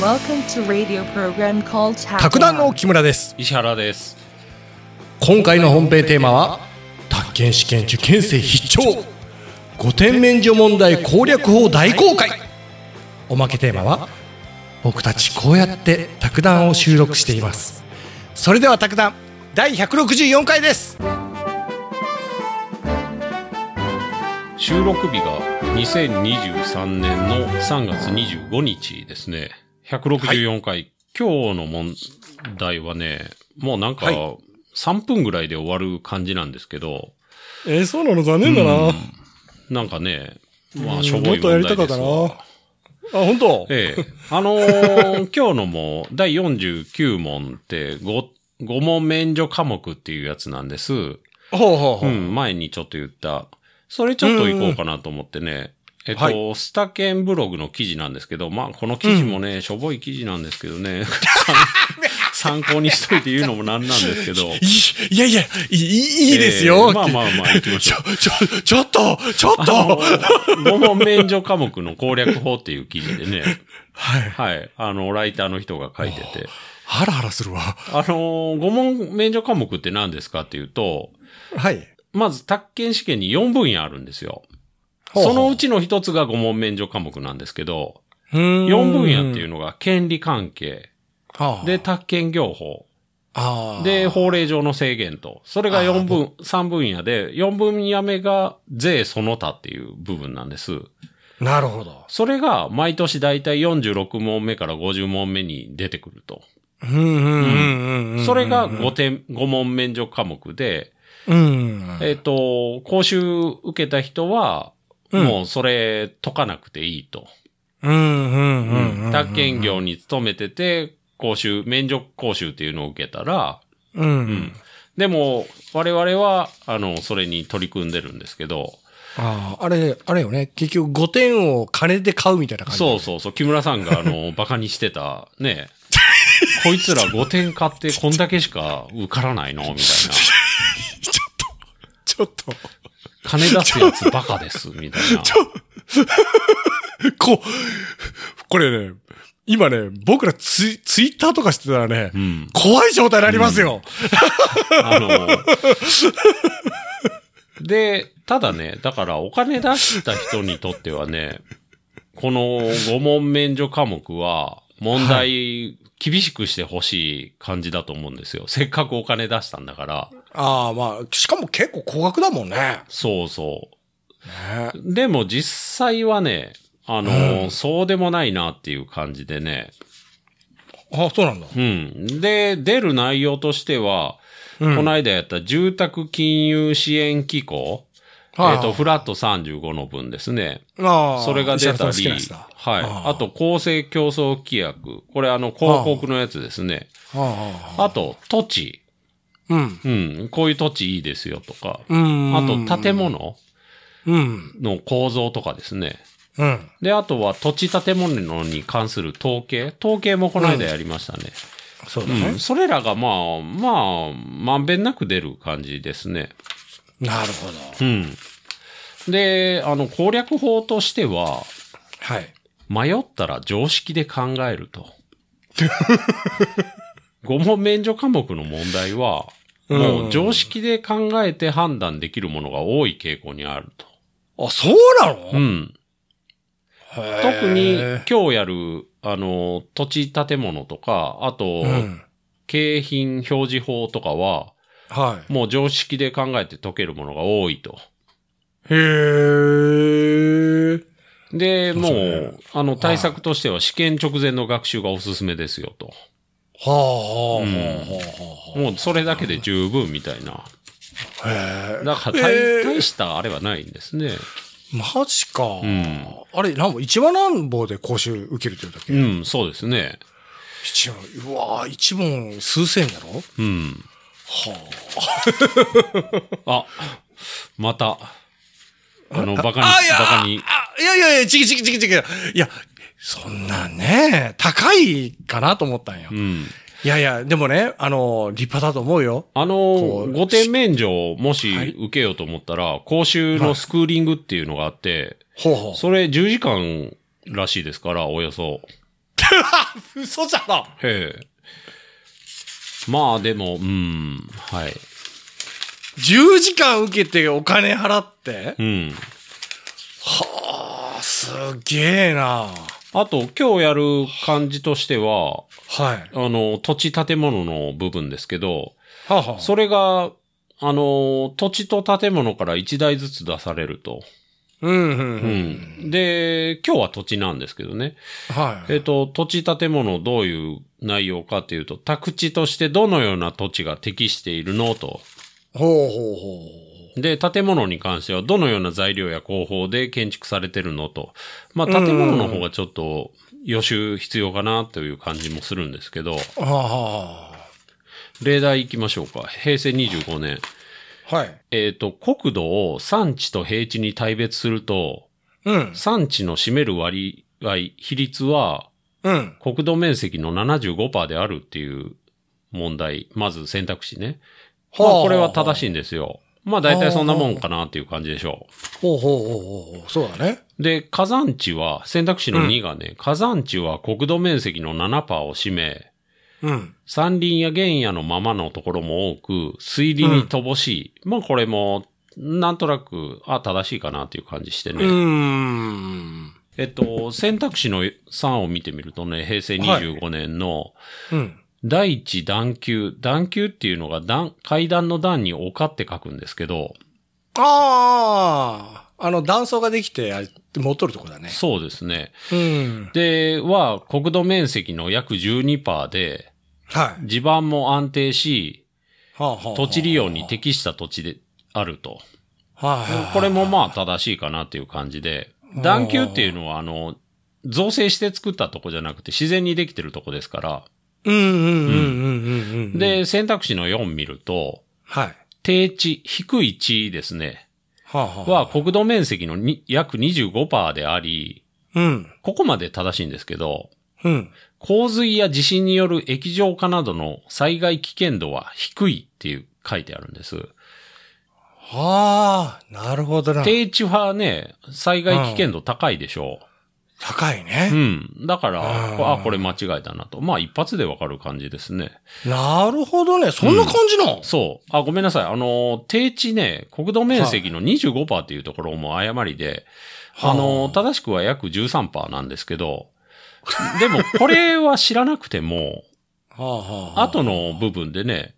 Welcome to radio program called 卓談の木村です石原です今回の本編テーマは宅建試験受験生必聴五点免除問題攻略法大公開おまけテーマは僕たちこうやって卓談を収録していますそれでは卓談第164回です収録日が2023年の3月25日ですね164回、今日の問題はねもうなんかは3分ぐらいで終わる感じなんですけど、えー、そうなの残念だな、なんかねまうあんしょぼい問題ですわあ本当ええ。あの ー今日のも、第49問って5、5問免除科目っていうやつなんです。ほうほうほうん、前にちょっと言った。それちょっと行こうかなと思ってね。えっと、はスタケンブログの記事なんですけど、まあ、この記事もね、しょぼい記事なんですけど ね。参考にしといて言うのもなんなんですけど。 いいいやいや、いいいええいですよ、まあまあまあ、行きま しちょょう。、ちょ、ちょっと、ちょっと、あの、5問免除科目の攻略法っていう記事 でね。はい。はい。あの、ライターの人が書いてて。ハラハラするわ。あのー、5問免除科目って何ですかっていうと、はい。まず、宅建試験に4分野あるんですよ。ほうほうそのうちの一つが5問免除科目なんですけど、 4 4分野っていううのが権利関係、ので、、宅建業法、あーで、、法令上の制限と、それが4分、3分野で、4分野目が税その他っていう部分なんです。なるほど。それが毎年だいたい46問目から50問目に出てくると。うんうんうんうんうん。それが5点、5問免除科目で、うん。えっ、と、講習受けた人は、うんもうそれ解かなくていいと。うんうんうんうん。宅建業に勤めてて、講習、免除講習っていうのを受けたら、ううんん。でも、我々は、あの、それに取り組んでるんですけど、ああ、あれ、あれよね。結局5点を金で買うみたいな感じ。そうそうそう、木村さんが、あの、バカにしてた、ね、 こいつら5点買ってこんだけしか受からないのみたいな。ちょっと、金出すやつバカです、みた いな。こ、これね、今ね、僕らツイツイッターとかしてたらねう、ん。怖い状態になりますよ。あの、で、ただね、だからお金出した人にとってはね、この5問免除科目は問題厳しくしてほしい感じだと思うんですよ。せっかくお金出したんだから。ああ、まあ、しかも結構高額だもんね。そうそねう。でも実際はね、あの、うんそうでもないなっていう感じでね。あそうなんだ。うん。で、出る内容としては、うんこの間やった住宅金融支援機構、はいえっ、と、フラット35の分ですね。ああそれが出た石原さん好きり、なやつだはい。ああと、公正競争規約。これ、あの、広告のやつですね。あああと、土地。うん。うん。こういう土地いいですよとか。うん。あと、建。物うん。の構造とかですね。うん。で、あとは、土地建物に関する統計。統計もこの間やりましたね。そうだうん。ね。それらが、まあ、まあ、まんべんなく出る感じですね。なるほど。うん。で、あの、攻略法としては、はい。迷ったら常識で考えると。5問免除科目の問題うは、んもう常識で考えて判断できるものが多い傾向にあると。あ、そうなの、うん。へー特に今日やる、あの、土地建物とか、あと、うん。景品表示法とかは、はもう常識で考えて解けるものが多いと。い。へー。で、そうもそうう、あの、対策としては試験直前の学習がおすすめですよと。はあ、はあ、はうんあ、はもうそれだけで十分みたいな。あ。へだから大、えー大したあれはないんですね。ー。マジか。んあれ、なんぼ、一話なんぼで講習受けるって言うだけ、うん、そうですね。一話、うわー一問数千円だろうん。はあ、また、あの、バカに、あ、あ、いや、バカに。あいやいやいや、ちぎちぎちぎちぎ。いや、そんなんね、高いかなと思ったんよ。ういん。やいや、でもね、あの、立派だと思うよ。あの、う5点免除をもしはい受けようと思ったら、講習のスクーリングっていうのがあって、ほうほう。それ10時間らしいですから、およそ。嘘じゃろええ。まあでも、うん、はい。 !10 時間受けてお金払ってうん。あすげえなあと、今日やる感じとしては、はい。あの、土地建物の部分ですけど、はあはあそれが、あの、土地と建物から1台ずつ出されると。うんうんう。うんん。で、今日は土地なんですけどね。はい。えっと、土地建物どういう内容かっていうと、宅地としてどのような土地が適しているのと。ほうほうで、建物に関してはどのような材料や工法で建築されてるのと。まあ、建物の方がちょっと予習必要かなという感じもするんですけど、ほう。はあは例題行きましょうか。平成25年。あ。はい。えっ、と、国土を産地と平地に大別すると、うん。産地の占める割合、比率はうん。国土面積の75%であるっていう問題。まず選択肢ね。まあ、はあこれは正しいんですよ。まあ、大体そんなもんかなっていう感じでしょう。ほうほうほうほう。そうだね。で、火山地は、選択肢の2がね、火山地は国土面積の7%を占め、うん。山林や原野のままのところも多く、水利に乏しい。まあこれも、なんとなく、あ、正しいかなっていう感じしてうね。ーん。えっと、選択肢の3を見てみるとね、平成25年の、うん。第一段級。段級っていうのが段、階段の段に丘って書くんですけど、ああ、あの、断層ができて、あれ持っとるとこだね。そうですね。うん。で、は、国土面積の約12%で、はい。地盤も安定し、はあはあはあ土地利用に適した土地であると。はいはいはい。これもまあ正しいかなっていう感じで、段丘っていうのはあの、造成して作ったとこじゃなくて自然にできてるとこですから、うんうんうんうんうんうん。で、選択肢の4見ると、はい。低地、低い地ですね、はあはあは国土面積のに約25%であり、うん。ここまで正しいんですけど、うん。洪水や地震による液状化などの災害危険度は低いっていう書いてあるんです。はあ、なるほどな。低地はね、災害危険度高いでしょう。高いうね。ん。だから、うんあ、これ間違いだなと。まあ、一発でわかる感じですね。なるほどね。そんな感じなのそう。あ、ごめんなさい。あの、低地ね、国土面積の25%っていうところも誤りで、はああの、正しくは約13%なんですけど、でも、これは知らなくても、はあはあ。後の部分でね、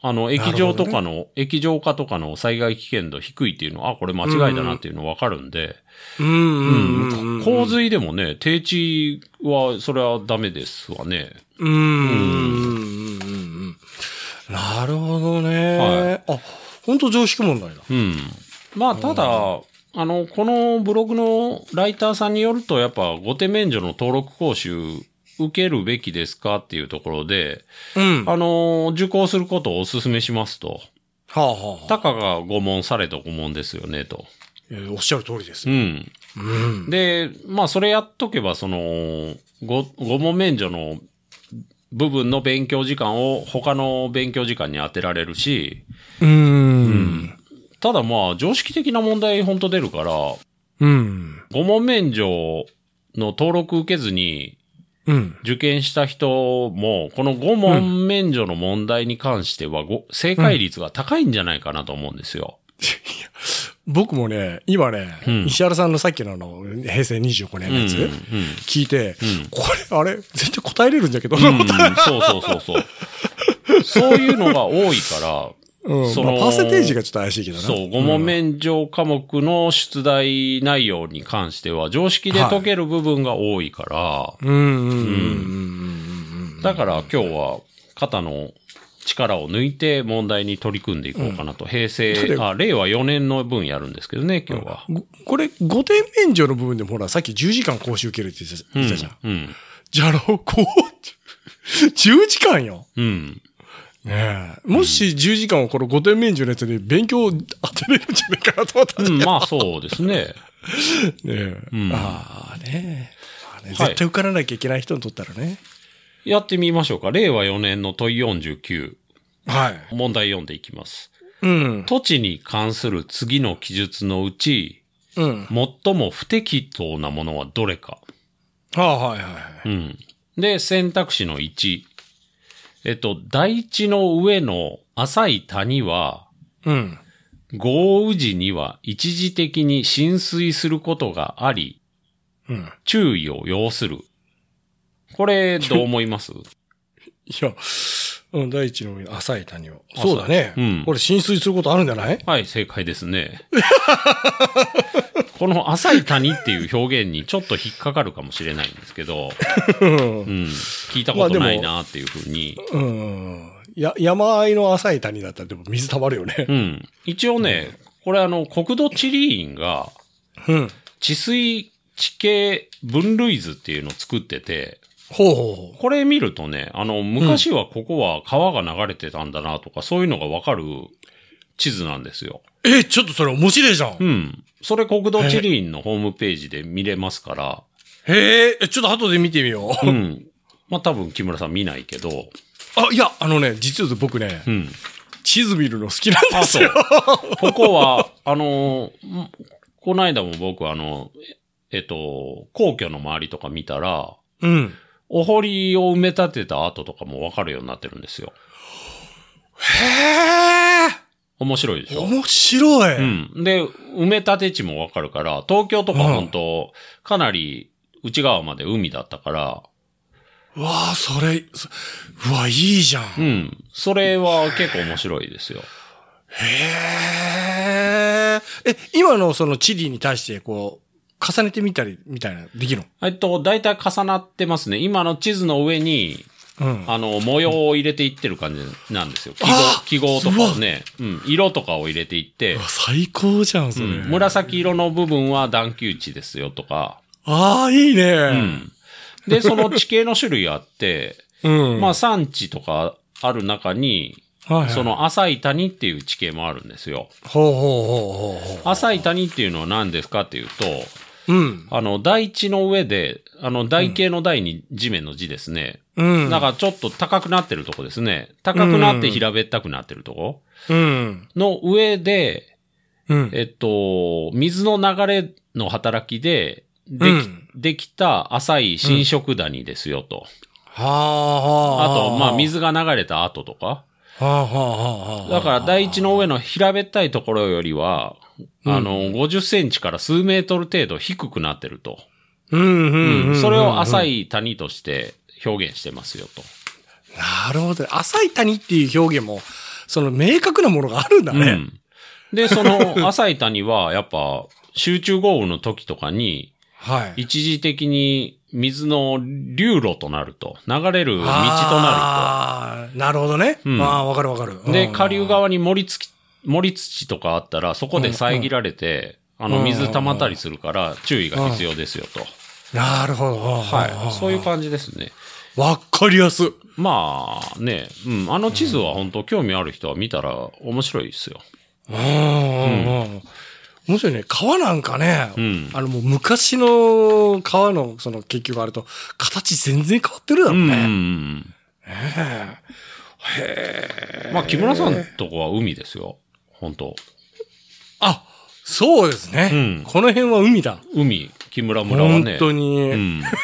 あの、液状とかの、液状化とかの災害危険度低いっていうのは、あ、これ間違いだなっていうのわかるんで、うんうんううんん。洪水でもね、低地は、それはダメですわね。うんうんうんうんうん。なるほどね。あ、ほんと常識問題だ。うん。まあ、ただ、あの、このブログのライターさんによると、やっぱ、ご手免除の登録講習、受けるべきですかっていうところで、うん。はあの、受講することをお勧めしますと。あはあ。たかが5問された5問ですよね、と。えーおっしゃる通りですうよ。ん。うん。で、まあ、それやっとけば、その、5、5問免除の部分の勉強時間を他の勉強時間に当てられるし、うん。ただまあ、常識的な問題本当出るから、うん。 5問免除の登録受けずにうん。受験した人も、この5問免除の問題に関しては、ご正解率が高いんじゃないかなと思うんですよ。僕もね、今ね、うん石原さんのさっきのあの、平成25年うん。のうん。やつ、うん聞いて、うんこれ、あれ、絶対答えれるんだけど、うんそうそうそうそう。そういうのが多いから、うんそまのあ、パーセンテージがちょっと怪しいけどな。そう、5問免除科目の出題内容に関しては、常識で解ける部分が多いから、うんうんうんうんだから今日は肩の力を抜いて問題に取り組んでいこうかなと。平成、あ、令和4年の分やるんですけどね、今日は。うん。ごこれ、5点免除の部分でもほら、さっき10時間講習受けるって言ってた言ってたじゃん。うん。じゃろう、こう、10時間よ。うん。ねえ。もし10時間をこの5点免除のやつに勉強当てれるんじゃないかなと思ったうんだん、まあそうですね。けどねえ。んああねまあねい絶対受からなきゃいけない人にとったらね。やってみましょうか。令和4年の問い49。はい。問題読んでいきます。うん。土地に関する次の記述のうち、うん。最も不適当なものはどれか。はあ、はいはい。うん。で、選択肢の1。えっと、大地の上の浅い谷は、うん。豪雨時には一時的に浸水することがあり、うん。注意を要する。これ、どう思いますいや、うん、第一の浅い谷を。そうだね。うんこれ浸水することあるんじゃないはい、正解ですね。この浅い谷っていう表現にちょっと引っかかるかもしれないんですけど、うん、聞いたことないなっていうふうに。うん。や、山あいの浅い谷だったらでも水溜まるよねう。ん。一応ね、これあの、国土地理院がうん。治水地形分類図っていうのを作ってて、ほうほうほこれ見るとね、あの、昔はここは川が流れてたんだなとか、そういうのがわかる地図なんですよ。う。え、ちょっとそれ面白いじゃん。うん。それ国土地理院のホームページで見れますから、へええ、ちょっと後で見てみよう。うん。まあ、多分木村さん見ないけど。あ、いや、あのね、実は僕ね、うん。地図見るの好きなんあ、です そうよ。。ここは、あのー、んこないだも僕あの、ええっと、皇居の周りとか見たら、うん。お堀を埋め立てた跡とかもわかるようになってるんですよ。へ面白いでしえょ面白い。うん。で、埋め立て地もわかるから、東京とか本当、かなり内側まで海だったから、うわあ、それ、そうわ、いいじゃん。うへん。それは結構面白いですよ。え。え、今のその地理に対して、こう、重ねてみたり、みたいな、できるえっと、大体重なってますね。今の地図の上に、のうん。あの、模様を入れていってる感じなんですよ。記あ号、記号とかをね、うん、色とかを入れていってうわ、最高じゃん、それ。うん紫色の部分は段丘地ですよとか、ああ、いいうね。ん。で、その地形の種類あって、うん。まあ、山地とかある中に、あ、はいはいそ、の浅い谷っていう地形もあるんですよ。ほうほうほうほうほ浅い谷っていうのは何ですかっていうと、う。うん。あの、台地の上で、あの、台形の台に地面の地ですね。うん。だからちょっと高くなってるとこですね。高くなって平べったくなってるとこうん。の上で、うん。えっと、水の流れの働きで、でき、うんできた浅い新色谷ですよと。はあ、はああ。と、まあ、。水が流れた後とか。はあ、はあ、はあ。だから、台地の上の平べったいところよりは、あの、50センチから数メートル程度低くなってると。うん、うん、う。うんんそれをい浅い谷として表現してますよと。なるほど。浅い谷っていう表現も、その明確なものがあるんだうね。んで、その浅い谷は、やっぱ、集中豪雨の時とかに、はい。一時的に水の流路となると、流れる道となあーなるほどね。うんああ、わかるわかる。ると。で、うん下流。側に森つき、森土とかあったら、そこで遮られて、あの、水溜まったりするから、注意が必要ですよと。なるほど。。はい。そういうう感じですね。わかりやすい。まあね、うん、あの地図は本当興味ある人は見たら面白いですよ。うんうんうん。面白いね。川なんかね、うんあのもう昔の川のその結局あれと形全然変わってるだろううんうね。んねえへうえ。ん。まあ、木村さんとこは海ですよ。本当あ、そうですね。うんこの辺は海だ。海、木村村はね。本当に。うん。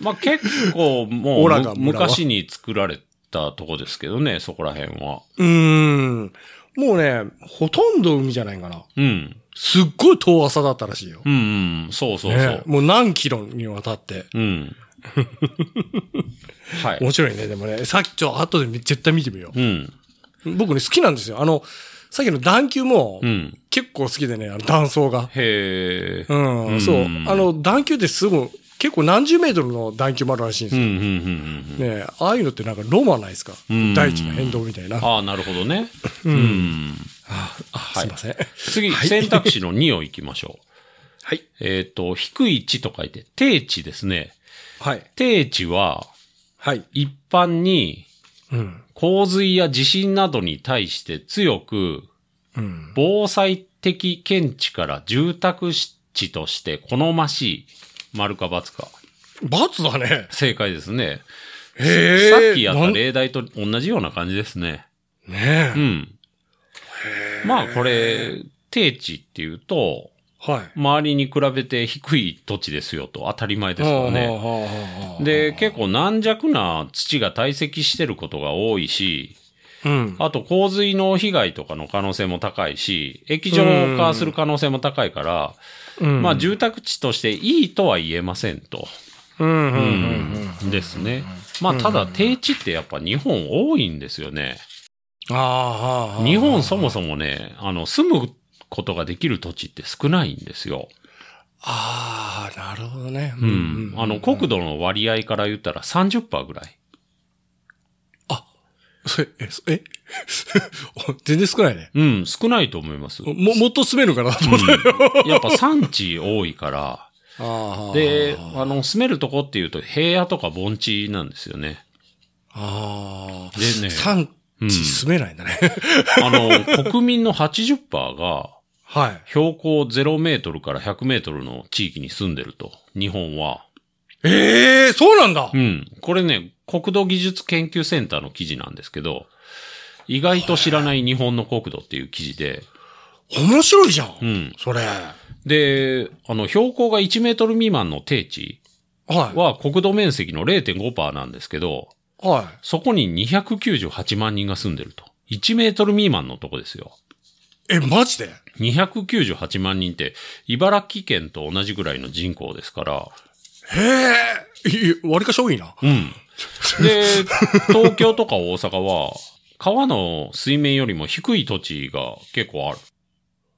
まあ、結構もオうラがむ、村は昔に作られたとこですけどね、そこら辺は。うーん。もうね、ほとんど海じゃないかな。うん。すっごい遠浅だったらしいよ。うん、うん、そうそうそねう。もう何キロにわたって。うん。 はい。面白いね、でもね。さっきちょ、後でみ絶対見てみようん。う。僕ね、好きなんですよ。あの、さっきの段球も、うん。結構好きでね、あの断層が。へえ。うん、うんそう。あの、段球ってすごい、結構何十メートルの段球もあるらしいんですうん、うよ。ん、うんうん、うねん。えああいうのってなんかロマンないですか、ん大地の変動みたいな。あああ、なるほどね。うん。あ、すいません。次、選択肢の2を行きましょ はい。う。えっと、低い地と書いて、低地ですね。はい。低地は、はい。一般にうん。洪水や地震などに対して強くうん。防災的見地から住宅地として好ましい。丸か×か。罰だね。正解ですね。へえ。さっきやっなたん例題と同じような感じですね。ねうん。まあこれ、定地っていうと、え。はい。周りに比べて低い土地ですよと、当たり前ですよね。ねで、結構軟弱な土が堆積してることが多いし、うん。あと洪水の被害とかの可能性も高いし、液状化する可能性も高いから、うんまあ住宅地としていいとは言えませんと。うんうんう。うんん。ですね。まあただ低地ってやっぱ日本多いんですよね。ああああ、日本そもそもね、あの、住むことができる土地って少ないんですよ。ああ、なるほどね。ううん。あの、国土の割合から言ったら30%ぐらい。それえ、そえ 全然少ないね。うん、少ないと思います。うんも、もっと住めるかなと思ったやっぱ産地多いから、ああで、あの、住めるとこっていうと平野とか盆地なんですよね。ああ。でね産うん地住めないんだ ね。あの、国民の80%がはい。標高0メートルから100メートルの地域に住んでると、日本は。ええそうなんだう。ん。これね、国土技術研究センターの記事なんですけど、意外と知らない日本の国土っていう記事で、面白いじゃ。うんん。それ。で、あの、標高が1メートル未満の低地はは国土面積の0.5%なんですけど、い。はそこに298万人が住んでると。1メートル未満のとこですよ。い。え、マジで298万人って、茨城県と同じぐらいの人口ですから、へえ。いい割かし多いな。うん。で、東京とか大阪は、川の水面よりも低い土地が結構ある。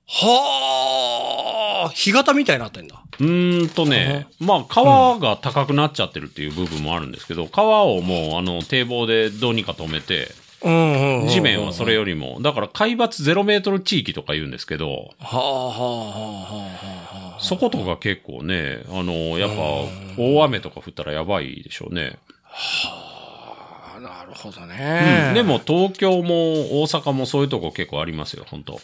はあ。干潟みたいになってんだ。うーんとね、まあ川が高くなっちゃってるっていう部分もあるんですけど、川をもうあの堤防でどうにか止めて、うんうんうん地面はそれよりも、だから海抜0メートル地域とか言うんですけど、はあはあはあはあはあ。そことか結構ね、あの、やっぱ大雨とか降ったらやばいでしょうね。あなるほどうね。ん、でも東京も大阪もそういうとこ結構ありますよ、本当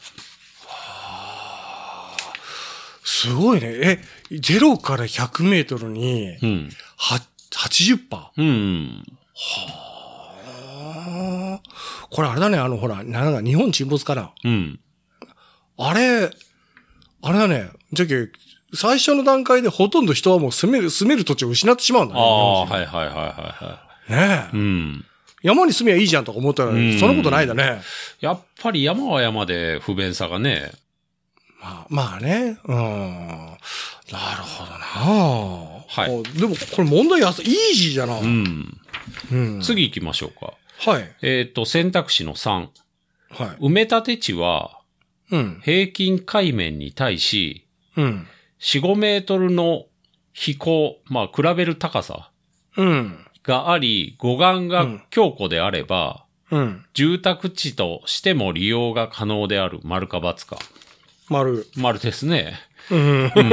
すごいね。え、0から100メートルに、うん。は、80%? パうん。ーこれあれだね、あの、ほら、なんか日本沈没から。うん。あれ、あれだね、じゃけ、最初の段階でほとんど人はもう住める、住める土地を失ってしまうんだあね。あ、日本はいはいはいはいは人ねえ、い。うん。山に住めばいいじゃんとか思ったら、うんそんなことないだね。やっぱり山は山で不便さがね。まあ、まあね。うん。なるほどな。はいでも、これ問題やす、イージーじゃな。うん。うん次行きましょうか。はい。えっ、と、選択肢の3。はい。埋め立て地はうん。平均海面に対しうん。 4、5メートルの飛行、まあ比べる高さうん。があり、護岸が強固であれば、うん。住宅地としても利用が可能である丸か×か。丸。丸ですね。うん。うん。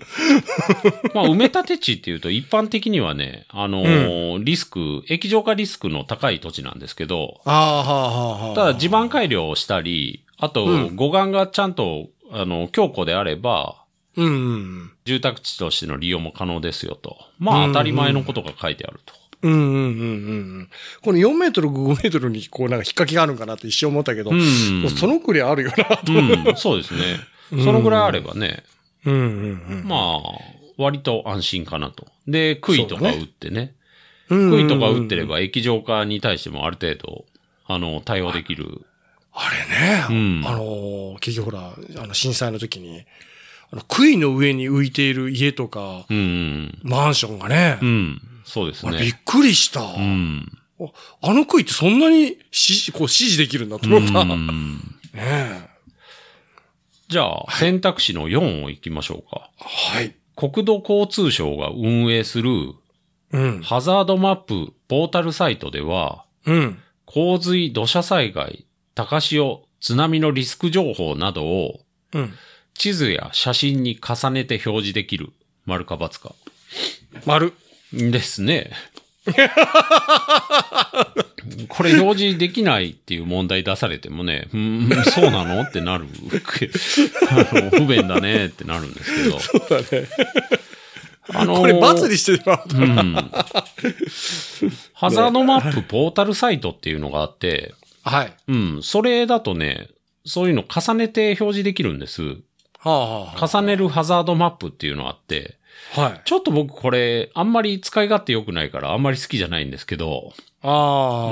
まあ、埋め立て地っていうと一般的にはね、あのーリスク、液状化リスクの高い土地なんですけど、ああ、はあ、はあ、はあ。ただ地盤改良をしたり、あと、うん護岸がちゃんと、あの、強固であれば、うんうん。住宅地としての利用も可能ですよと。まあ、当たり前のことが書いてあると。うんうんうんうん。この4メートル、5メートルに、こう、なんか引っ掛けがあるんかなって一瞬思ったけど、うんもうそのくらいあるよな。うん、そうですね。そのぐらいあればね、うんうんうん。まあ、割と安心かなと。で、杭とか打ってね。ク杭とか打ってれ。ば液状化に対してもある程度、あの、対応できる。あれね、うんあのー、結局ほら、あの、震災の時に、あの、杭の上に浮いている家とか、うんうんマンションがね、うん。うん。そうですあれびねっ。くりした。うん。おあの杭ってそんなにし、こう、指示できるんだとう思った。ねんえじゃあ、選択肢の4を行きましょうか。はい。国土交通省が運営するうん。ハザードマップポータルサイトでは、うん。洪水、土砂災害、高潮、津波のリスク情報などをうん。地図や写真に重ねて表示できる。丸か×か。 丸。ですね。 これ表示できないっていう問題出されてもね、うーん、そうなのってなる。あ の不便だねってなるんですけど。そうだね。あのーこれ、×にしてれば。うん。ハザードマップポータルサイトっていうのがあって、はい。うん、それだとね、そういうの重ねて表示できるんです。ははあ、は重ねるハザードマップっていうのあって、あ、はい。ちょっと僕これ、あんまり使い勝手良くないから、あんまり好きじゃないんですけど、あ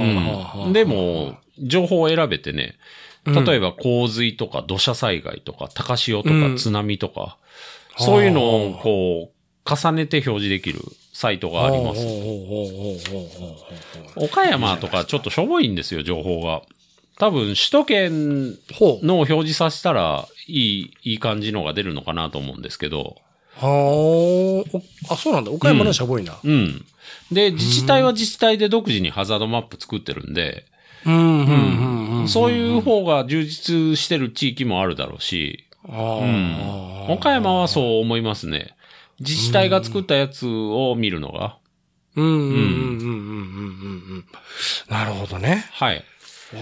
あ、うん、でも、情報を選べてね、うん例えば洪水とか土砂災害とか高潮とうかん津波とか、あそういうのをこう、重ねて表示できるサイトがありまほうす。ほうほうほうほうほうほう岡山とかちょっとしょぼいんですよ、情報が。多分、首都圏ほう。のを表示させたら、いい、いい感じのが出るのかなと思うんですけど。はあお、あ、そうなんだ。岡山のしゃぼいな。うん。で、自治体は自治体で独自にハザードマップ作ってるんで、うん、うん、うん、うん。そういう方が充実してる地域もあるだろうし、ああ。岡山はそう思いますね。自治体が作ったやつを見るのが、うん、うん、うん、うん、うん、うん。なるほどね。はい。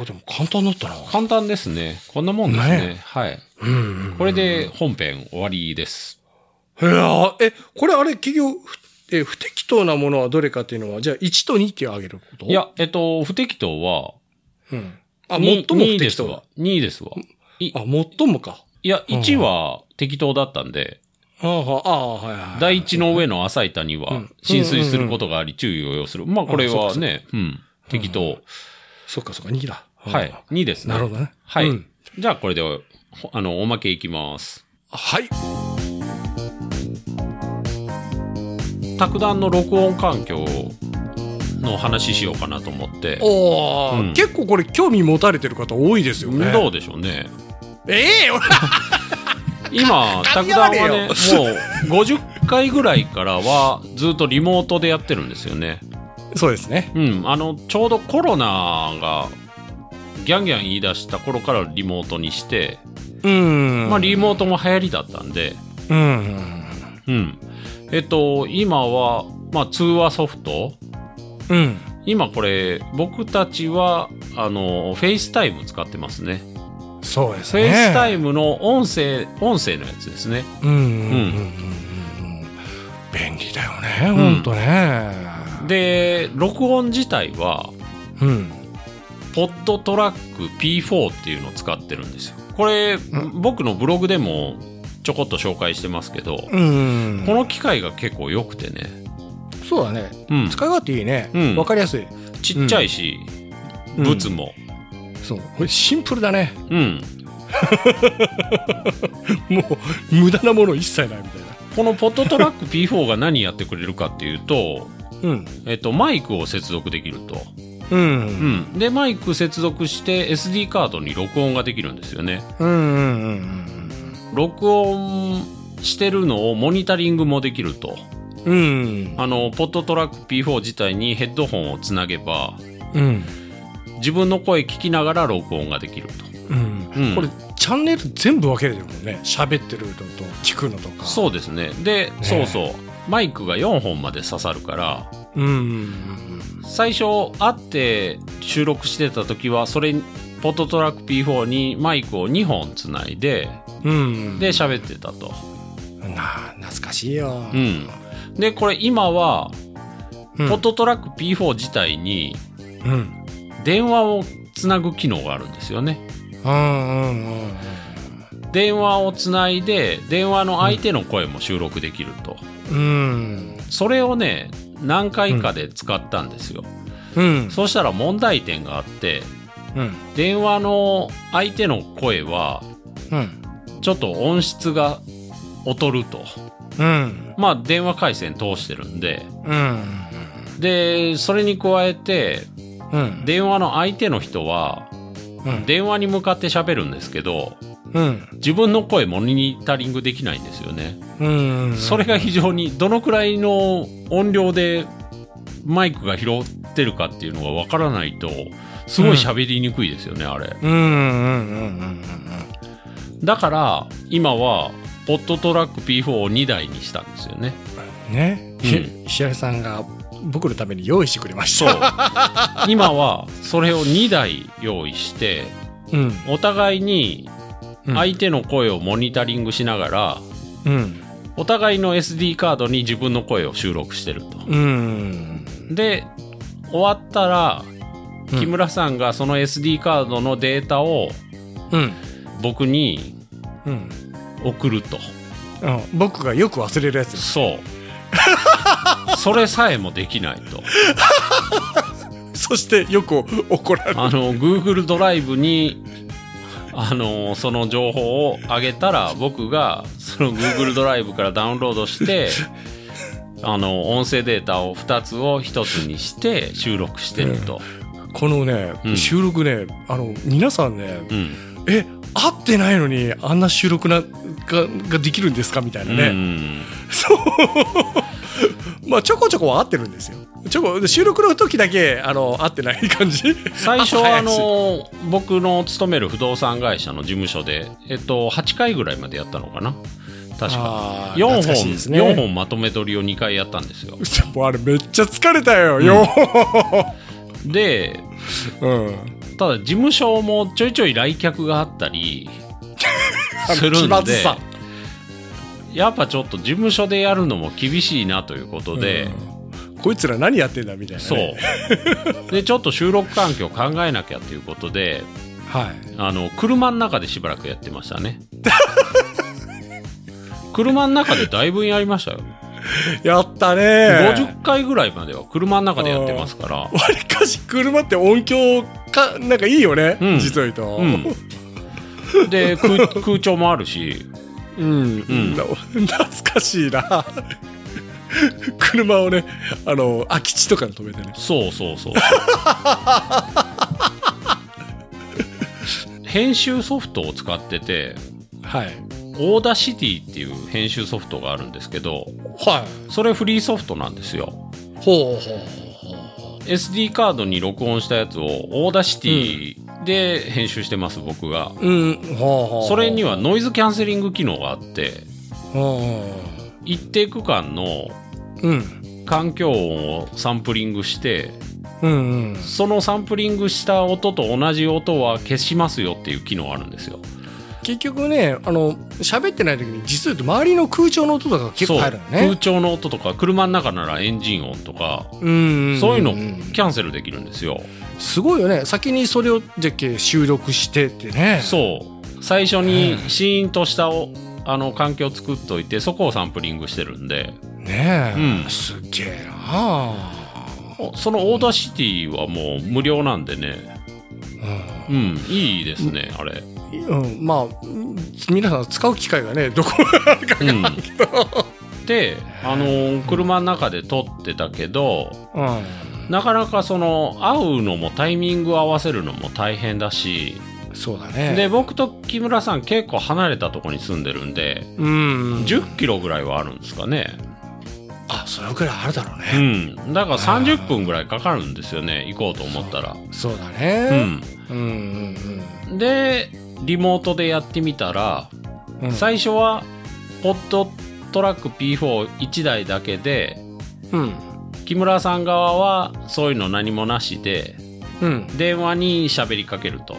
あ、でも簡単だったな。簡単ですね。こんなもんですね。ねはい。うん、うん。これで本編終わりです。いやーえ、これあれ、企業、ふえ、不適当なものはどれかっていうのは、じゃあ1と2ってあげることい、や、えっと、不適当は、うん。あ、に最もに不で適す当わだ。。 2位ですわ。いあ、最もか。いや、1は適当だったんで、ああ、はあ、はいはい。第一の上の浅い谷うはん浸水することがあり注意を要する。まあこれはね、うん、適当。そっかそっか、2だ。はい。2ですね。なるほどねはい。うんじゃあこれで、ほあの、おまけいきます。はい。卓談の録音環境の話しようかなと思って。おーうん結構これ興味持たれてる方多いですよね。どうでしょうね。ええ俺 今、考卓え談はれね、よもう50回ぐらいからはずっとリモートでやってるんですよね。 そうですね。うん、あの、ちょうどコロナがギャンギャン言い出した頃からリモートにして、うんまあ、リモートも流行りだったんで、うん。うん。えっと、今は、まあ、通話ソフト。うん。今これ、僕たちは、あの、フェイスタイム使ってますね。そうですフね。ェイスタイム。ムの音声、音声のやつですね。うんうんうんうんうん。便利だよね、ほんとね。で、録音自体は、うん。ポッドトラック P4 っていうのを使ってるんですよ。これ、僕のブログでもちょこっと紹介してますけど、うん。この機械が結構良くてね。そうだね。うん。使い勝手いいね。わ、うんかりやすい。ちっちゃいし、うんブツも。そう。これシンプルだね。 うん。もう、無駄なもの一切ないみたいな。このポットトラック P4 が何やってくれるかっていうと、うん。えっと、マイクを接続できると。う。うんん。で、マイク接続して SD カードに録音ができるんですよね。うん。うん。うん。録音してるのをモニタリングもできると。うん。あの、ポットトラック P4 自体にヘッドホンをつなげば、うん。自分の声聞きながら録音ができると。うん。これ、チャンネル全部分けれてるもんね。喋ってるのと、聞くのとか。そうですね。で、そうそう。マイクが4本まで刺さるから、う。うん。最初会って収録してた時はそれにポットトラック P4 にマイクを2本つないでうん。で、喋ってたと、なあ、懐かしいよ。うん、でこれ今はうん。ポットトラック P4 自体にうん。電話をつなぐ機能があるんですよねうん。うん。うん。電話をつないで電話の相手の声も収録できると、うん。それをね何回かで使ったんですよ、うん。そうしたら問題点があってうん。電話の相手の声はうん。ちょっと音質が劣ると。うん。まあ、電話回線通してるんで。うん。で、それに加えて、うん。電話の相手の人は、うん。電話に向かって喋るんですけど、うん。自分の声モニタリングできないんですよね。うんそれが非常に、どのくらいの音量でマイクが拾ってるかっていうのがわからないと、すごい喋りにくいですよね、あれ。うんうんうんうんだから、今は、ポットトラック P4 を2台にしたんですよ ね。うんね、うん石原さんが僕のために用意してくれましそうた。。今は、それを2台用意して、うんお互いにうん相手の声をモニタリングしながら、うんお互いの SD カードに自分の声を収録してると。うんで、終わったら、うん木村さんがその SD カードのデータをうん僕にうん送ると。うん、僕がよく忘れるや つです そう。それさえもできないと。そしてよく怒られるあの、Google ドライブに、あの、その情報をあげたら、僕が、その Google ドライブからダウンロードして、あの、音声データを2つを1つにして収録してると。このね、うん収録ねあの皆さんね、うん。え合ってないのにあんな収録ながができるんですかみたいなね、うん。 そうまあちょこちょこは合ってるんですよちょこ収録の時だけあの合ってない感じ最朝初は 早あいしの僕の勤める不動産会社の事務所で、えっと、8回ぐらいまでやったのかな確あかー4懐かしいです本、ね四本まとめ取りを2回やったんですよ もうあれめっちゃ疲れたよ、よ でう、うん、ただ事務所もちょいちょい来客があっ たりする気んまずでさやっぱちょっと事務所でやるのも厳しいなということで、うんこいつら何やってんだみたいな、ね、そうでちょっと収録環境考えなきゃということではいあの車の中でしばらくやってまし たね車の中でだいぶやりましたよ、やったね50回ぐらいまでは車の中でやってますからわりかし車って音響かなんかいいよね、うん実を言うと、うんで空空調もあるしうん、んな懐かしいな 車をねあの空き地とかに止めてねそうそうそう そう編集ソフトを使っててはいオーダーシティっていう編集ソフトがあるんですけどはいそれフリーソフトなんですよほうほう SD カードに録音したやつをオーダーシティで編集してます、僕がうんほうほうそれにははノイズキャンセリング機能があってほ一定区間のううん環境音をサンプリングしてうんうんそのサンプリングした音と同じ音は消しますよっていう機能があるんですよ結局ねあの喋ってない時に実を言うと周りの空調の音とかが結構入るのそう空ね調の音とか車の中ならエンジン音とかうんんんんそういうのキャンセルできるんですよすごいよね先にそれをじゃけ収録してってねそう最初にシーンとしたおあの環境を作っといてそこをサンプリングしてるんでねえ、うんすっげえな、そのオーダーシティはもう無料なんでねうんいいですね あれうんうん、まあうん皆さん使う機会がねどこうんであの車の中で撮ってたけどうんなかなかその会うのもタイミングを合わせるのも大変だしそうだねで僕と木村さん結構離れたとこに住んでるんでうん10キロぐらいはあるんですかねあそれくらいあるだろううね、んだから30分ぐらいかかるんですよね行こうと思ったらそうだうね、うんん、うんでリモートでやってみたら、うんうん最初はポッドトラック P41 台だけでうん木村さん側はそういうの何もなしでうん電話に喋りかけると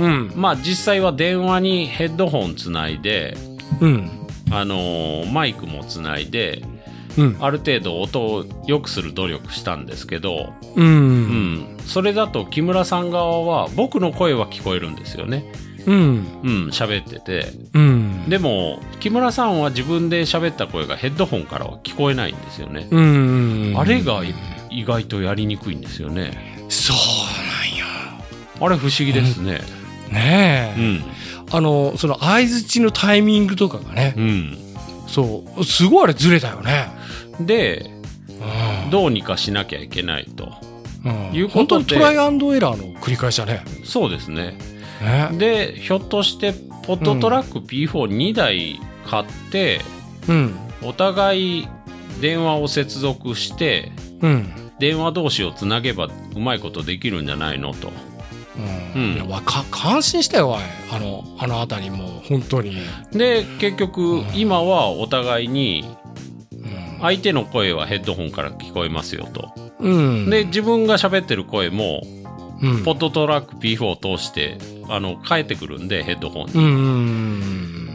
うんまあ実際は電話にヘッドホンつないでうんあのーマイクもつないでうんある程度音を良くする努力したんですけど、ううんん、それだと木村さん側は僕の声は聞こえるんですよねうんうん喋っててうんでも木村さんは自分で喋った声がヘッドホンからは聞こえないんですよね、うんあれが意外とやりにくいんですよねそうあれ不思議ですねなんよねうえ、んあのその相づちのタイミングとかがねう、そうすごいあれずれたよねんでうんどうにかしなきゃいけないとうんいうこ本当とでにトライアンドエラーの繰り返しだね。そうですねねでひょっとしてポットトラック P42 台買って、うんお互い電話を接続してうん電話同士をつなげばうまいことできるんじゃないのとううんん、いやわか感心したよわいあのあの辺りも本当に、で結局今はお互いにうん相手の声はヘッドホンから聞こえますよとうん、で自分が喋ってる声もうんポットトラック P4 を通してあの返ってくるんでヘッドホンにうんうん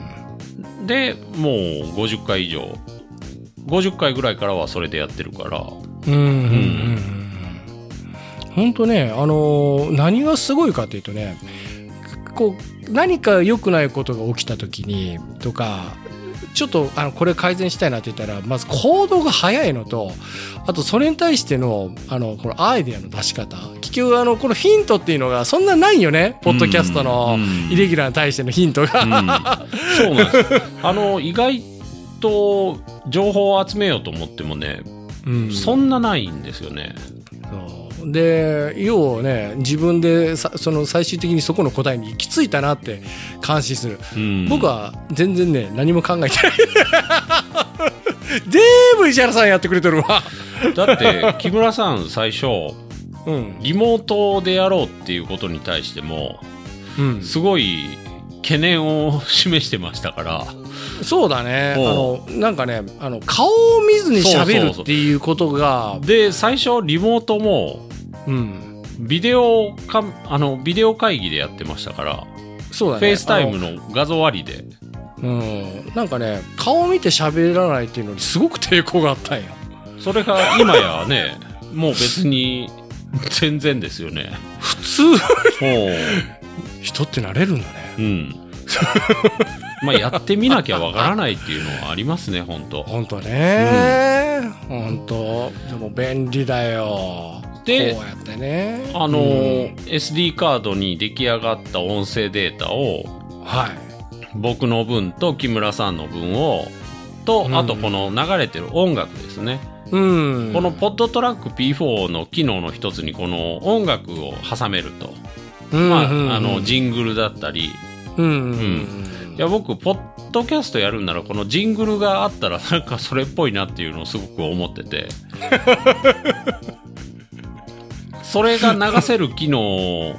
でもう50回以上50回ぐらいからはそれでやってるからうんうんうん本当ねあのー何がすごいかっていうとねこう何か良くないことが起きた時にとかちょっとあのこれ改善したいなって言ったらまず行動が早いのとあとそれに対してのあのこのアイデアの出し方結局あのこのヒントっていうのがそんなないよねポッドキャストのイレギュラーに対してのヒントが。そうなんです。あの、意外と情報を集めようと思ってもね、うんそんなないんですよね。そうで要はね自分でさその最終的にそこの答えに行き着いたなって感心するうん僕は全然ね何も考えてない 全部石原さんやってくれてるわだって、木村さん最初、うん、リモートでやろうっていうことに対しても、うん、すごい懸念を示してましたから、そうだねあおのなんかねあの顔を見ずに喋るっていうことがで、最初リモートも、うんビデオか、あの、ビデオ会議でやってましたから、そうだフねェイスタイムの画像ありで。あのうんなんかね顔を見て喋らないっていうのにすごく抵抗があったんよそれが今やね、もう別に全然ですよね。普通も人ってなれるんだね う、うん。まあやってみなきゃわからないっていうのはありますね、本当本当ね、本当でも便利だよでこうやってねあのうんー、SD カードに出来上がった音声データを、はい僕の分と木村さんの分を、とう、んあとこの流れてる音楽ですね。うんこのポッドトラック P4 の機能の一つにこの音楽を挟めると。まうんうんうんあ、あの、ジングルだったり、うん、んいや僕ポッドキャストやるんならこのジングルがあったらなんかそれっぽいなっていうのをすごく思っ ててそれが流せる機能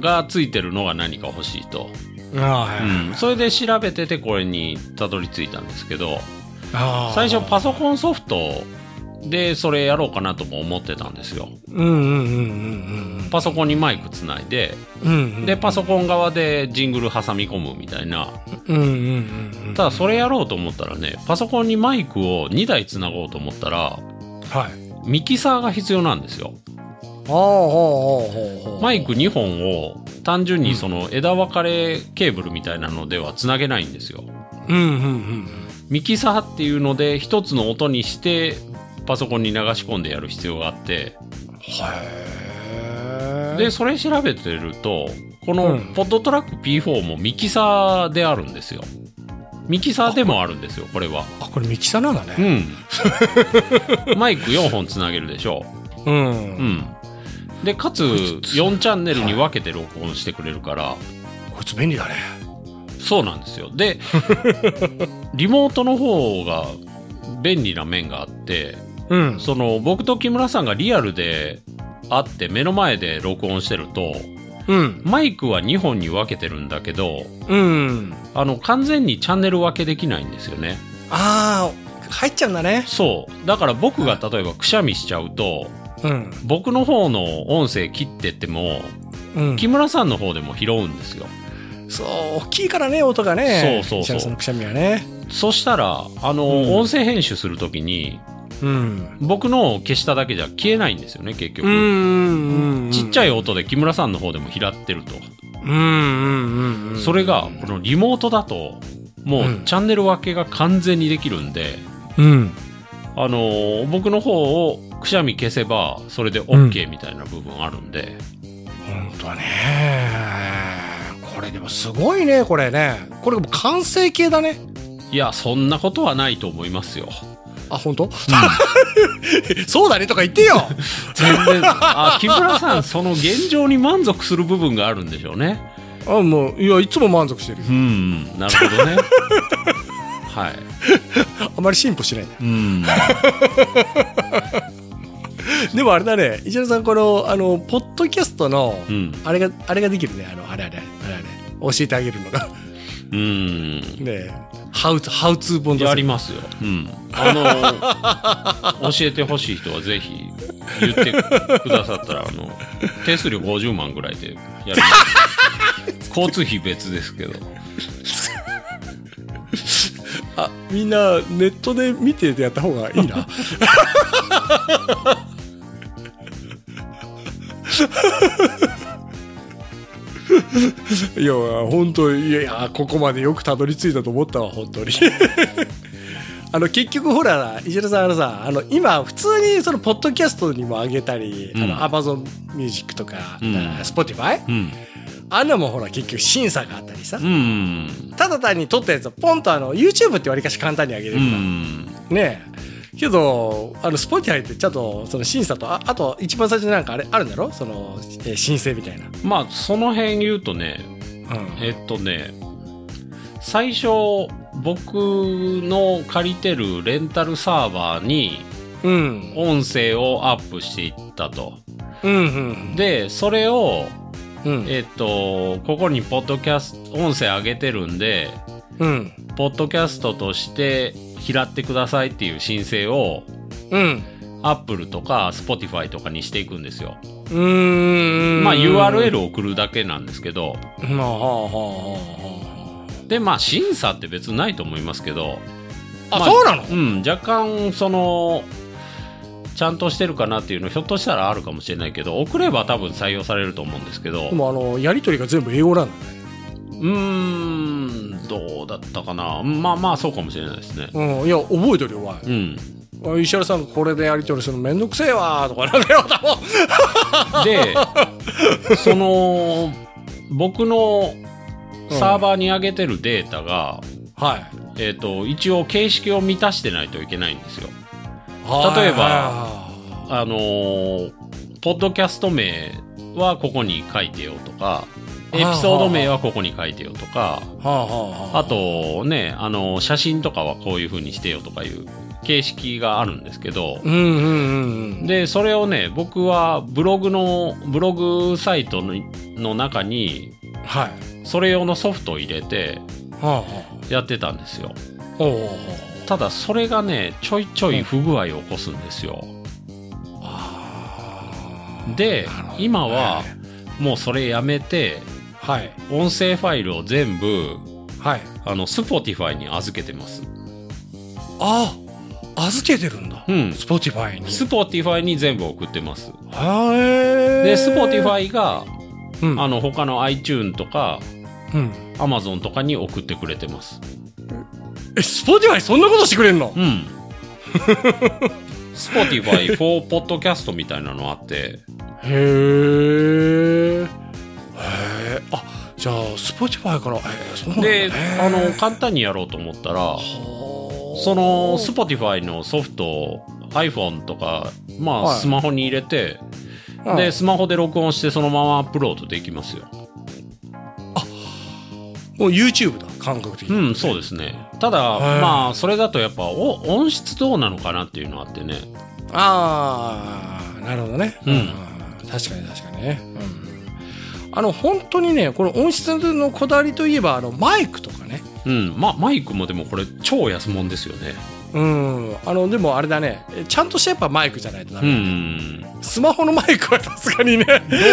がついてるのが何か欲しいと、はういん、それで調べててこれにたどり着いたんですけどあー最初パソコンソフトでそれやろうかなとも思ってたんですようんうんうんうんうんパソコンにマイクつないでうんでパソコン側でジングル挟み込むみたいなうんうんうんうんただそれやろうと思ったらねパソコンにマイクを2台つなごうと思ったらはいミキサーが必要なんですよあーほうほうほうほうマイク2本を単純にその枝分かれケーブルみたいなのではつなげないんですようんうんうんミキサーっていうので1つの音にしてパソコンに流し込んでやる必要があってへーでそれ調べてるとこうのんポッドトラック P4 もミキサーであるんですよミキサーでもあるんですよこれはあこれミキサーなんだうねん マイク4本つなげるでしょうんうん、でかつ4チャンネルに分けて録音してくれるから、こいつ便利だねそうなんですよでリモートの方が便利な面があってうんその僕と木村さんがリアルで会って目の前で録音してるとうんマイクは2本に分けてるんだけどうんあの完全にチャンネル分けできないんですよねああ入っちゃうんだねそうだから僕が例えばくしゃみしちゃうとうん僕の方の音声切ってってもうん木村さんの方でも拾うんですよそう大きいからね音がねそうそうそう石原さんのくしゃみはねそしたら、あの、うん音声編集するときに、うん僕のを消しただけじゃ消えないんですよね、結うんうんうん局。ちっちゃいい音で木村さんの方でも拾ってると。うんうんうんうんそれが、このリモートだと、もううんチャンネル分けが完全にできるんで、うんあの、僕の方をくしゃみ消せば、それで OK みたいな部分あるんで、本当ねこれでもすごいねこれねこれもう完成形だねいや、そんなことはないと思いますよ。あ本当、 そうだねとか言ってよ全 然、あ、木村さん、その現状に満足する部分があるんでしょうね。あもういやいつも満足してるようん、なるほどね。はい。あまり進歩しないねうん。でもあれだね石原さんこのあのポッドキャストのうん。あれがあれができるねあのあれあれあれあれ教えてあげるのがうん。ねハウツハウツー本だやりますよ。うん。あの、教えてほしい人はぜひ言ってくださったら、あの、手数料50万ぐらいでやります。交通費別ですけど。あみんなネットで見てやった方がいいな いや本当いやここまでよくたどり着いたと思ったわ本当に あの結局ほら石田さんあのさあの今普通にそのポッドキャストにも上げたり、うんあのアマゾンミュージックとか、うんスポティファイうん。あんなもんほら結局審査があったりさ、うん。ただ単に撮ったやつをポンとあの YouTube ってわりかし簡単に上げれうるから、ん。ねえけどあのスポティファイってちゃんとその審査とああと一番最初になんかあれあるんだろその、えー申請みたいな、まあ、その辺言うとね、うんえっとね、最初、僕の借りてるレンタルサーバーにうん音声をアップしていったと。うんうんで、それを、うんえっと、ここにポッドキャスト、音声上げてるんで、うんポッドキャストとして拾ってくださいっていう申請を、うんアップルとか Spotify とかにしていくんですよ。うーんまあ URL を送るだけなんですけど、まあはあはあはでまあ審査って別にないと思いますけど、あはああ、まあそうなのうん、若干そのちゃんとしてるかなっていうのひょっとしたらあるかもしれないけど送れば多分採用されると思うんですけどでもあのやり取りが全部英語なんだねうーんどうだったかなまあまあそうかもしれないですねうんいや覚えてるよお前うんあ石原さんこれでやり取りするのめんどくせえわーとかなんだよ多分でその僕のサーバーに上げてるデータが、はいえっと一応形式を満たしてないといけないんですよはい例えばはあのーポッドキャスト名はここに書いてよとか、エピソード名はここに書いてよとか、あはあはああとね、あのー写真とかはこういう風にしてよとかいう形式があるんですけど、うんうんうんうんで、それをね、僕はブログの、ブログサイトのの中に、はいそれ用のソフトを入れてはあはやってたんですよ。あほうほうほうただ、それがね、ちょいちょい不具合を起こすんですよ。あーでなるほど、ね今は、もうそれやめて、はい音声ファイルを全部はいあの Spotify に預けてますあ預けてるんだうんスポティファイに Spotify に全部送ってますはえで Spotify がうんあの他の iTune とかうん、 Amazon とかに送ってくれてますえスポティファイそんなことしてくれんのうん Spotify for Podcast みたいなのあってへーへえあじゃあスポティファイからえー、そうなんだでねあの簡単にやろうと思ったらその Spotify のソフトを iPhone とかまあはいスマホに入れて、でスマホで録音してそのままアップロードできますよもう YouTube だ感覚的に、うん、そうですね。ただ、はいまあ、それだとやっぱお音質どうなのかなっていうのあってね。ああなるほどね、うん確かに確かにね、うん、あの本当にねこの音質のこだわりといえばあのマイクとかねうん、まあ、マイクもでもこれ超安物ですよね。うんあのでもあれだねえちゃんとしたやっぱマイクじゃないとダうメ、ん。スマホのマイクはさすがにね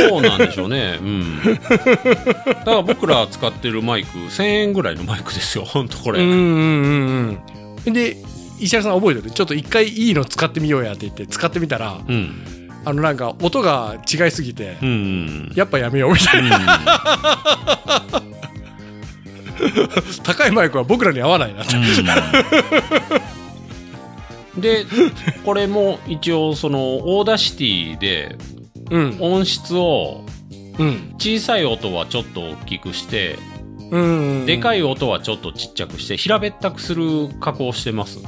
どうなんでしょうね。 うん。だから僕ら使ってるマイク、1000円ぐらいのマイクですよ、ほんとこうんうれ。んうんうんで石原さん覚えてるちょっと一回いいの使ってみようやって言って使ってみたらうん。あのなんか音が違いすぎて、うん。やっぱやめようみたいな高いマイクは僕らに合わないなって、うんで、これも一応、その、オーダーシティでうん音質をうん小さい音はちょっと大きくして、うんでかいい音はちょっとちっちゃくして平べったくする加工をしてます。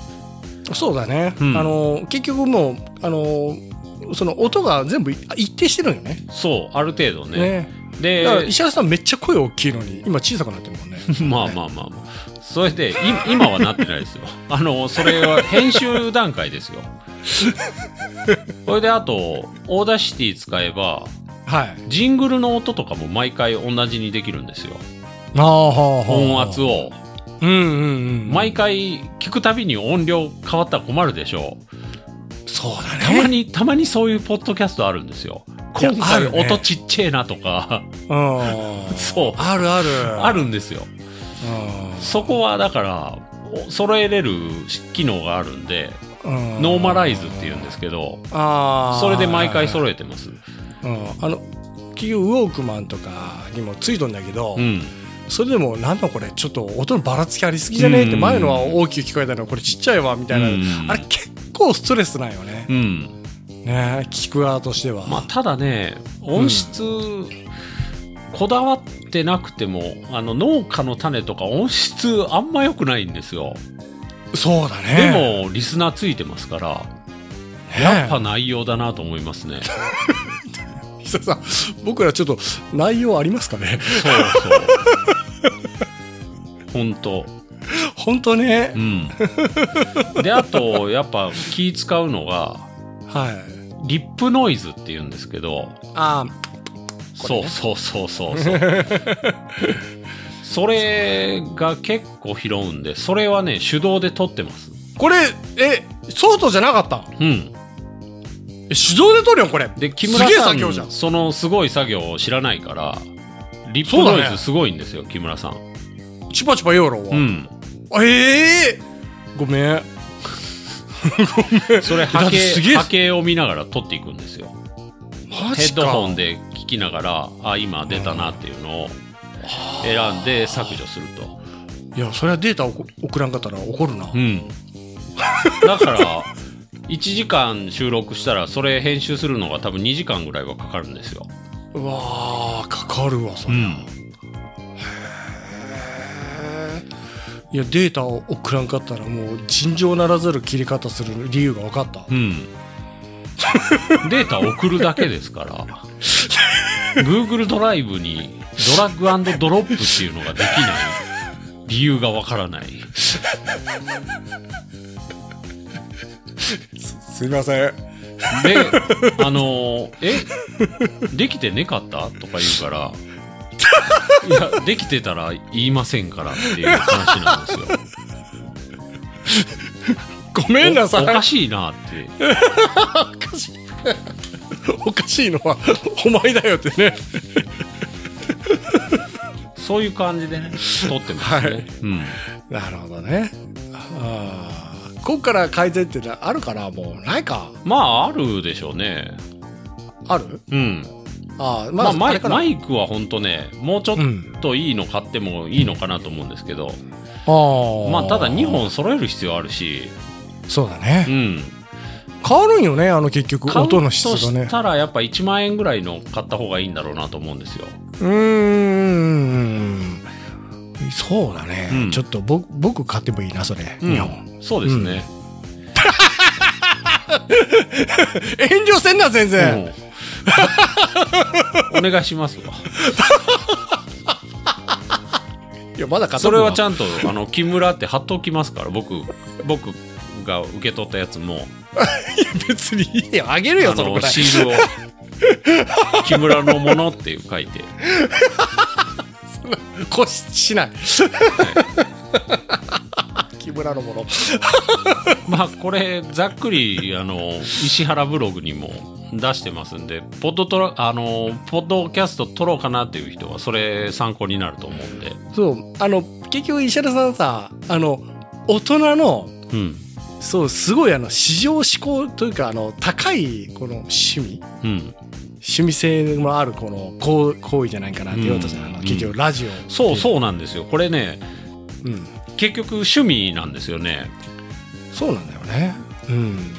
そうだね、うんあの結局もうあのその音が全部い一定してるんよねそう、ある程度ね。ねだからで、石原さんめっちゃ声大きいのに今小さくなってるも んねまあまあまあまあ。それで、い今はなってないですよ。 あの、それは編集段階ですよ。それで、あと、オーダーシティ使えば、はいジングルの音とかも毎回同じにできるんですよ。ああはあはあ音圧を。うんうんうん毎回聞くたびに音量変わったら困るでしょう。そうだたねまに、たまにそういうポッドキャストあるんですよ。いや今あ回るね音ちっちゃいなとか。うんそうあるあるあるんですよ。うそこはだから、お揃えれる機能があるんで、んノーマライズっていうんですけど、あーそれで毎回揃えてます。うんあの結局ウォークマンとかにもついとんだけど、うん。それでもなんだこれちょっと音のばらつきありすぎじゃねえってうん前のは大きく聞こえたのこれちっちゃいわみたいな、うんあれ結構ストレスなんよね,、うん。ね聞く側としては、まあ、ただね、音質、こだわってなくても、あの、農家の種とか音質あんま良くないんですよ。そうだでねも、リスナーついてますから、ねやっぱ内容だなと思いますね。久々僕らちょっと内容ありますかね そうそう。 本当。本当ねう、ん。で、あと、やっぱ気使うのが、はいリップノイズって言うんですけど、あそうそうそうそうそう。それが結構拾うんで、それはね、手動で撮ってます。これえソフトじゃなかったんうん。え手動で撮るよこれで、木村すげえさ作業じゃんん、そのすごい作業を知らないから、リップそうノだイねズすごいんですよ、木村さん。チュパチュパヨーロは、うん。ええごめんそだれ波って形すげえ波形を見ながら撮っていくんですよ。マヘジッドかホンで聞きながら、あ、今出たなっていうのを選んで削除すると。いやそれはデータ送送らんかったら怒るな、うん。 だから、1時間収録したら、それ編集するのが多分2時間ぐらいはかかるんですよ。うわーかかるわそれ、へん。ーいやデータを送らんかったらもう尋常ならざる切り方する理由が分かった、うん。データ送るだけですから。Google ドライブにドラッグドロップっていうのができない理由がわからない。すいませんで、あのーえできてねかったとか言うから、いや、できてたら言いませんからっていう話なんですよ。ごめんなさいおおかしいなって。おかしいのはお前だよってねそういう感じでね、撮ってますね。はいうん。なるほどねあーこっから改善ってのはあるからもうないかまあ、あるでしょうね。あるうん。あーまあ、マあイれかなマイクは本当ね、もうちょっといいの買ってもいいのかなと思うんですけど、あーまあ、ただ2本揃える必要あるし、そうだねうん。変わるんよねあの結局買う音との質がねしたら、やっぱ1万円ぐらいの買った方がいいんだろうなと思うんですよ。うーんそうだね、うんちょっと僕僕買ってもいいなそれ、うん日本そうですね。遠慮せんな全然、うん お願いしますわ。いやまだ買っそれはちんゃんと、あの、木村って貼っときますから、僕、僕が受け取ったやつも。別にいいよあげるよあそのくのらいシールを木村のものっていう書いて こししない木村のものまあこれざっくりあの石原ブログにも出してますんでポッドトラあのポッドキャスト撮ろうかなっていう人はそれ参考になると思うんでそうあの結局石原さんさあの大人のうんそうすごいあの市場志向というかあの高いこの趣味うん趣味性のあるこの行行為じゃないかなって言おうとしたの、うん結局ラジオそうそうなんですよこれねう、うん、結局趣味なんですよねそうなんだよねうん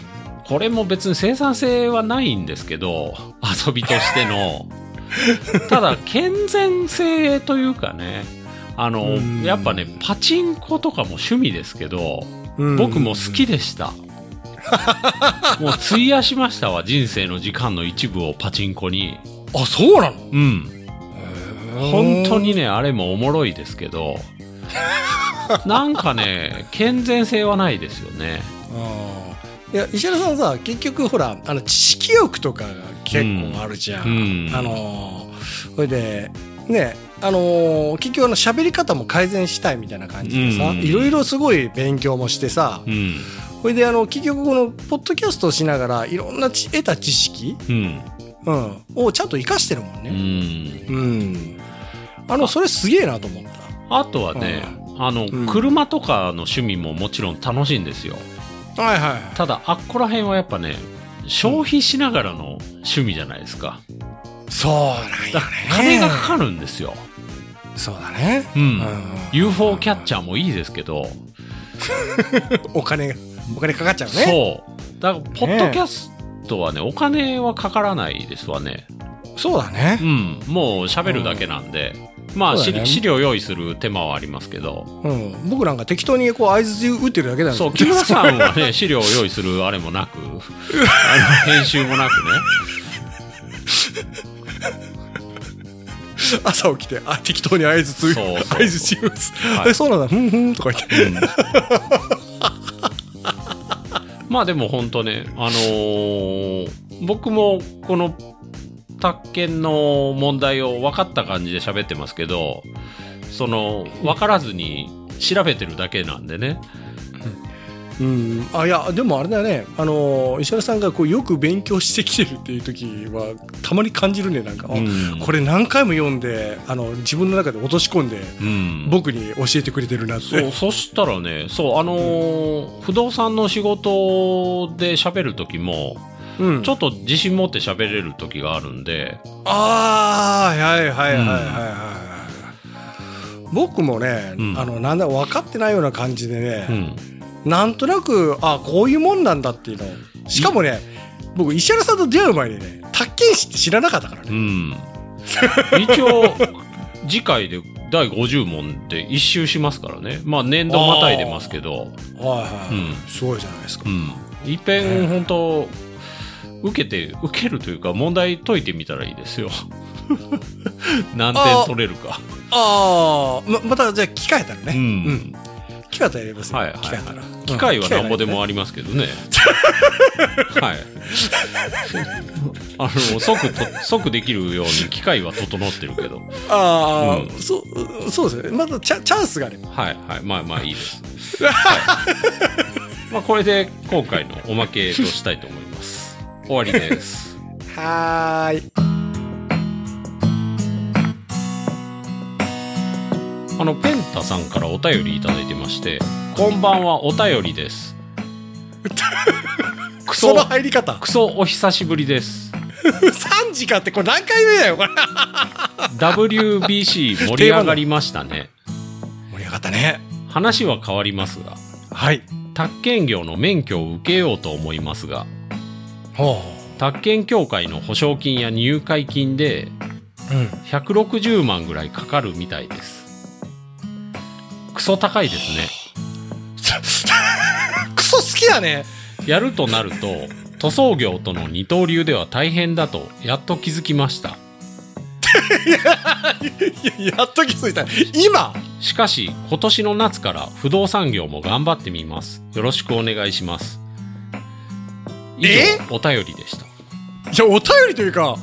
これも別に生産性はないんですけど遊びとしてのただ健全性というかねあのうんやっぱねパチンコとかも趣味ですけどうん僕も好きでした、もう費やしましたわ人生の時間の一部をパチンコにあそうなのうん本当にねあれもおもろいですけどなんかね健全性はないですよねあーいや石原さんさ結局ほらあの知識欲とかが結構あるじゃん、うんうんあのーそれでねあのー結局あの喋り方も改善したいみたいな感じでさ、うんいろいろすごい勉強もしてさ、うんそれであの結局このポッドキャストをしながらいろんなち得た知識、うんうん、をちゃんと生かしてるもんうね、んうんあのそれすげえなと思ったあとはね、あの、うん車とかの趣味ももちろん楽しいんですよ。はいはいただ、あっこら辺はやっぱね、消費しながらの趣味じゃないですか。そうなんやだねから金がかかるんですよ。そうだねうん UFO キャッャチャーもいいですけど、ーお金がお金かかっちゃうねそう。だから、ポッドキャストはね、お金はかからないですわね。そうだねうん。もう喋るだけなんで。まあ、そう資だね資料用意する手間はありますけど。うん僕なんか適当にこう合図打ってるだけだそう、木村さんはね、資料を用意するあれもなく、あの編集もなくね。 朝起きてあ適当に合図そうそうそう合図打つ、はいえそうなんだふんふんとか言ってまあでも本当ね、あのー僕もこの宅建の問題を分かった感じで喋ってますけど、その、分からずに調べてるだけなんでね。うん、あいやでもあれだよねあの石原さんがこうよく勉強してきてるっていう時はたまに感じるねなんか、あうんこれ何回も読んであの自分の中で落とし込んでうん僕に教えてくれてるなってそう、そしたらね、そう、あのー不動産の仕事で喋る時も、うんちょっと自信持って喋れる時があるんで、ああはいはいはいはいはいはい、僕もね、うんあのなんだ分かってないような感じでうね、ん。なんとなくあこういうもんなんだっていうのしかもね僕石原さんと出会う前にね宅建士って知らなかったからうね、ん。一応、次回で第50問で一周しますからね。まあ、年度またいでますけど、はいはい、うんすごいじゃないですか、うん。いっぺん、本当受けて、受けるというか、問題解いてみたらいいですよ。何点取れるか。ああままたじゃあ機械だね、うんうん機械だやりますよ、はいはい機械だら機械はなんぼでうんもありますけどね。はい。あの、即と、即できるように機械は整ってるけど。機械はねああ、うんそうそうですねまだチャチャンスがあればはいはい。まあまあいいです。はい、まあこれで今回のおまけとしたいと思います。終わりです。はーいあの、ペンタさんからお便りいただいてまして、こんばんはお便りです。クそソの、入り方 クソお久しぶりです。 3時かってこれ何回目だよこれ WBC 盛り上がりましたね。盛り上がったね話は変わりますが、はい宅建業の免許を受けようと思いますが、ほ宅建協会の保証金や入会金でう、うん、 160万ぐらいかかるみたいです。クソ高いですね。 クソ好きだねやるとなると、塗装業との二刀流では大変だとやっと気づきました。いややっと気づいた今しかし、今年の夏から不動産業も頑張ってみます。よろしくお願いします。以え上、お便りでした。いやお便りというか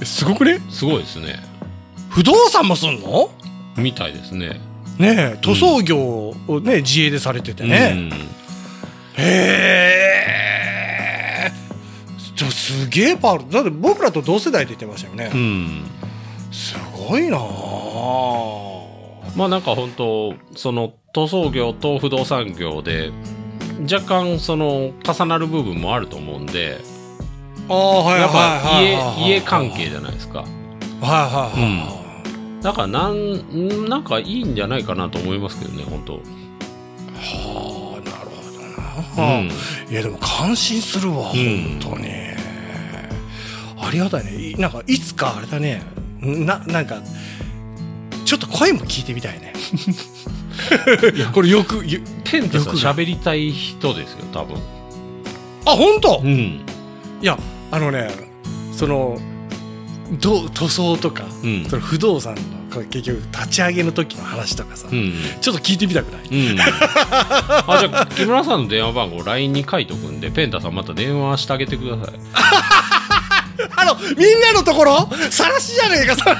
えすごくねすごいですね。不動産もすんのみたいですね。ねえ塗装業をね、自営でされててね、うんへえでもすげえパールだって僕らと同世代で言ってましたよね、うん。すごいなあまあなんか本当その塗装業と不動産業で若干その重なる部分もあると思うんでああはいはやっぱいはいはい家家関係じゃないですかはいはいはいだからなんなんかいいんじゃないかなと思いますけどね本当はあなるほどうな、んいやでも感心するわ、うん本当にありがたいねいなんかいつかあれだねななんかちょっと声も聞いてみた いねこれよくよペンタさん喋りたい人ですよ多分あ本当、んいやあのねそのど塗装とか、うんその不動産の結局立ち上げの時の話とかさ、うんちょっと聞いてみたくないうん、あじゃあ木村さんの電話番号 LINE に書いとくんでペンタさんまた電話してあげてくださいあのみんなのところ晒しじゃねえかさ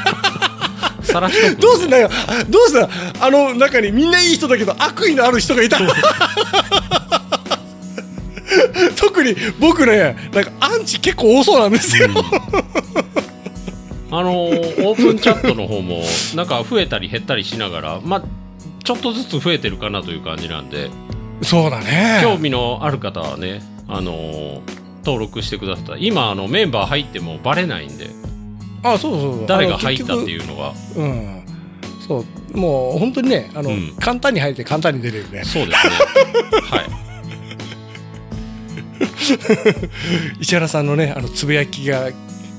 さらしとくんでどうすんだよどうすんだあの中にみんないい人だけど悪意のある人がいた特に僕ねなんかアンチ結構多そうなんですよ、あのーオープンチャットの方もなんか増えたり減ったりしながら、まあ、ちょっとずつ増えてるかなという感じなんでそうだね興味のある方はね、あのー登録してくださった今あのメンバー入ってもバレないんであそうそうそう誰が入ったってういうのが、うんそうもう本当にねあの、うん簡単に入って簡単に出れるねそうですね。はい。石原さんのねあのつぶやきが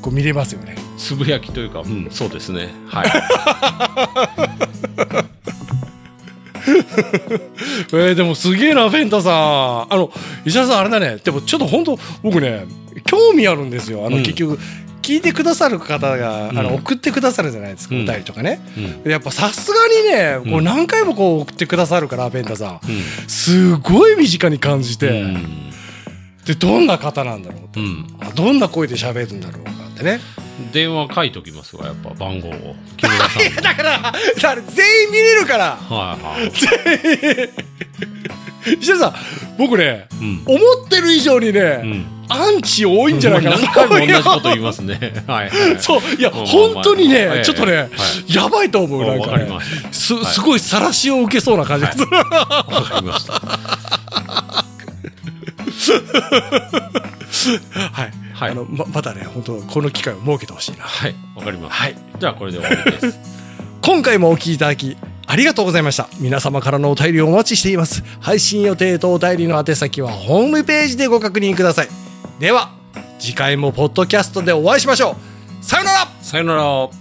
こう見れますよねつぶやきというか、うん、そうですね。はい。えー、でもすげえなフェンタさんあの石原さんあれだねでもちょっと本当僕ね興味あるんですよあの、うん結局聞いてくださる方が、あうのん送ってくださるじゃないですか、うんお便りとかねうん。やっぱさすがにねこううん何回もこう送ってくださるからフェンタさんうんすごい身近に感じて、うんでどんな方なんだろうとうん。あどんな声で喋るんだろうかってね電話書いときますわ、やっぱ番号を。木村さんの。だからだから全員見れるからはいはい。石原さん僕ねうん。思ってる以上にね、うん。アンチ多いんじゃないかな何回も同じこと言いますね。はいはい。そういやまあまあ本当にね、ええちょっとね、はいやばいと思うなんわか,、かりねま、した。すはいすごい晒しを受けそうな感じがする、わかりました。 はいはいあのままたね本当この機会を設けてほしいなはい。わかります。はいじゃあ、これで終わりです。今回もお聞きいただきありがとうございました皆様からのお便りをお待ちしています配信予定とお便りの宛先はホームページでご確認くださいでは次回もポッドキャストでお会いしましょうさようならさよなら。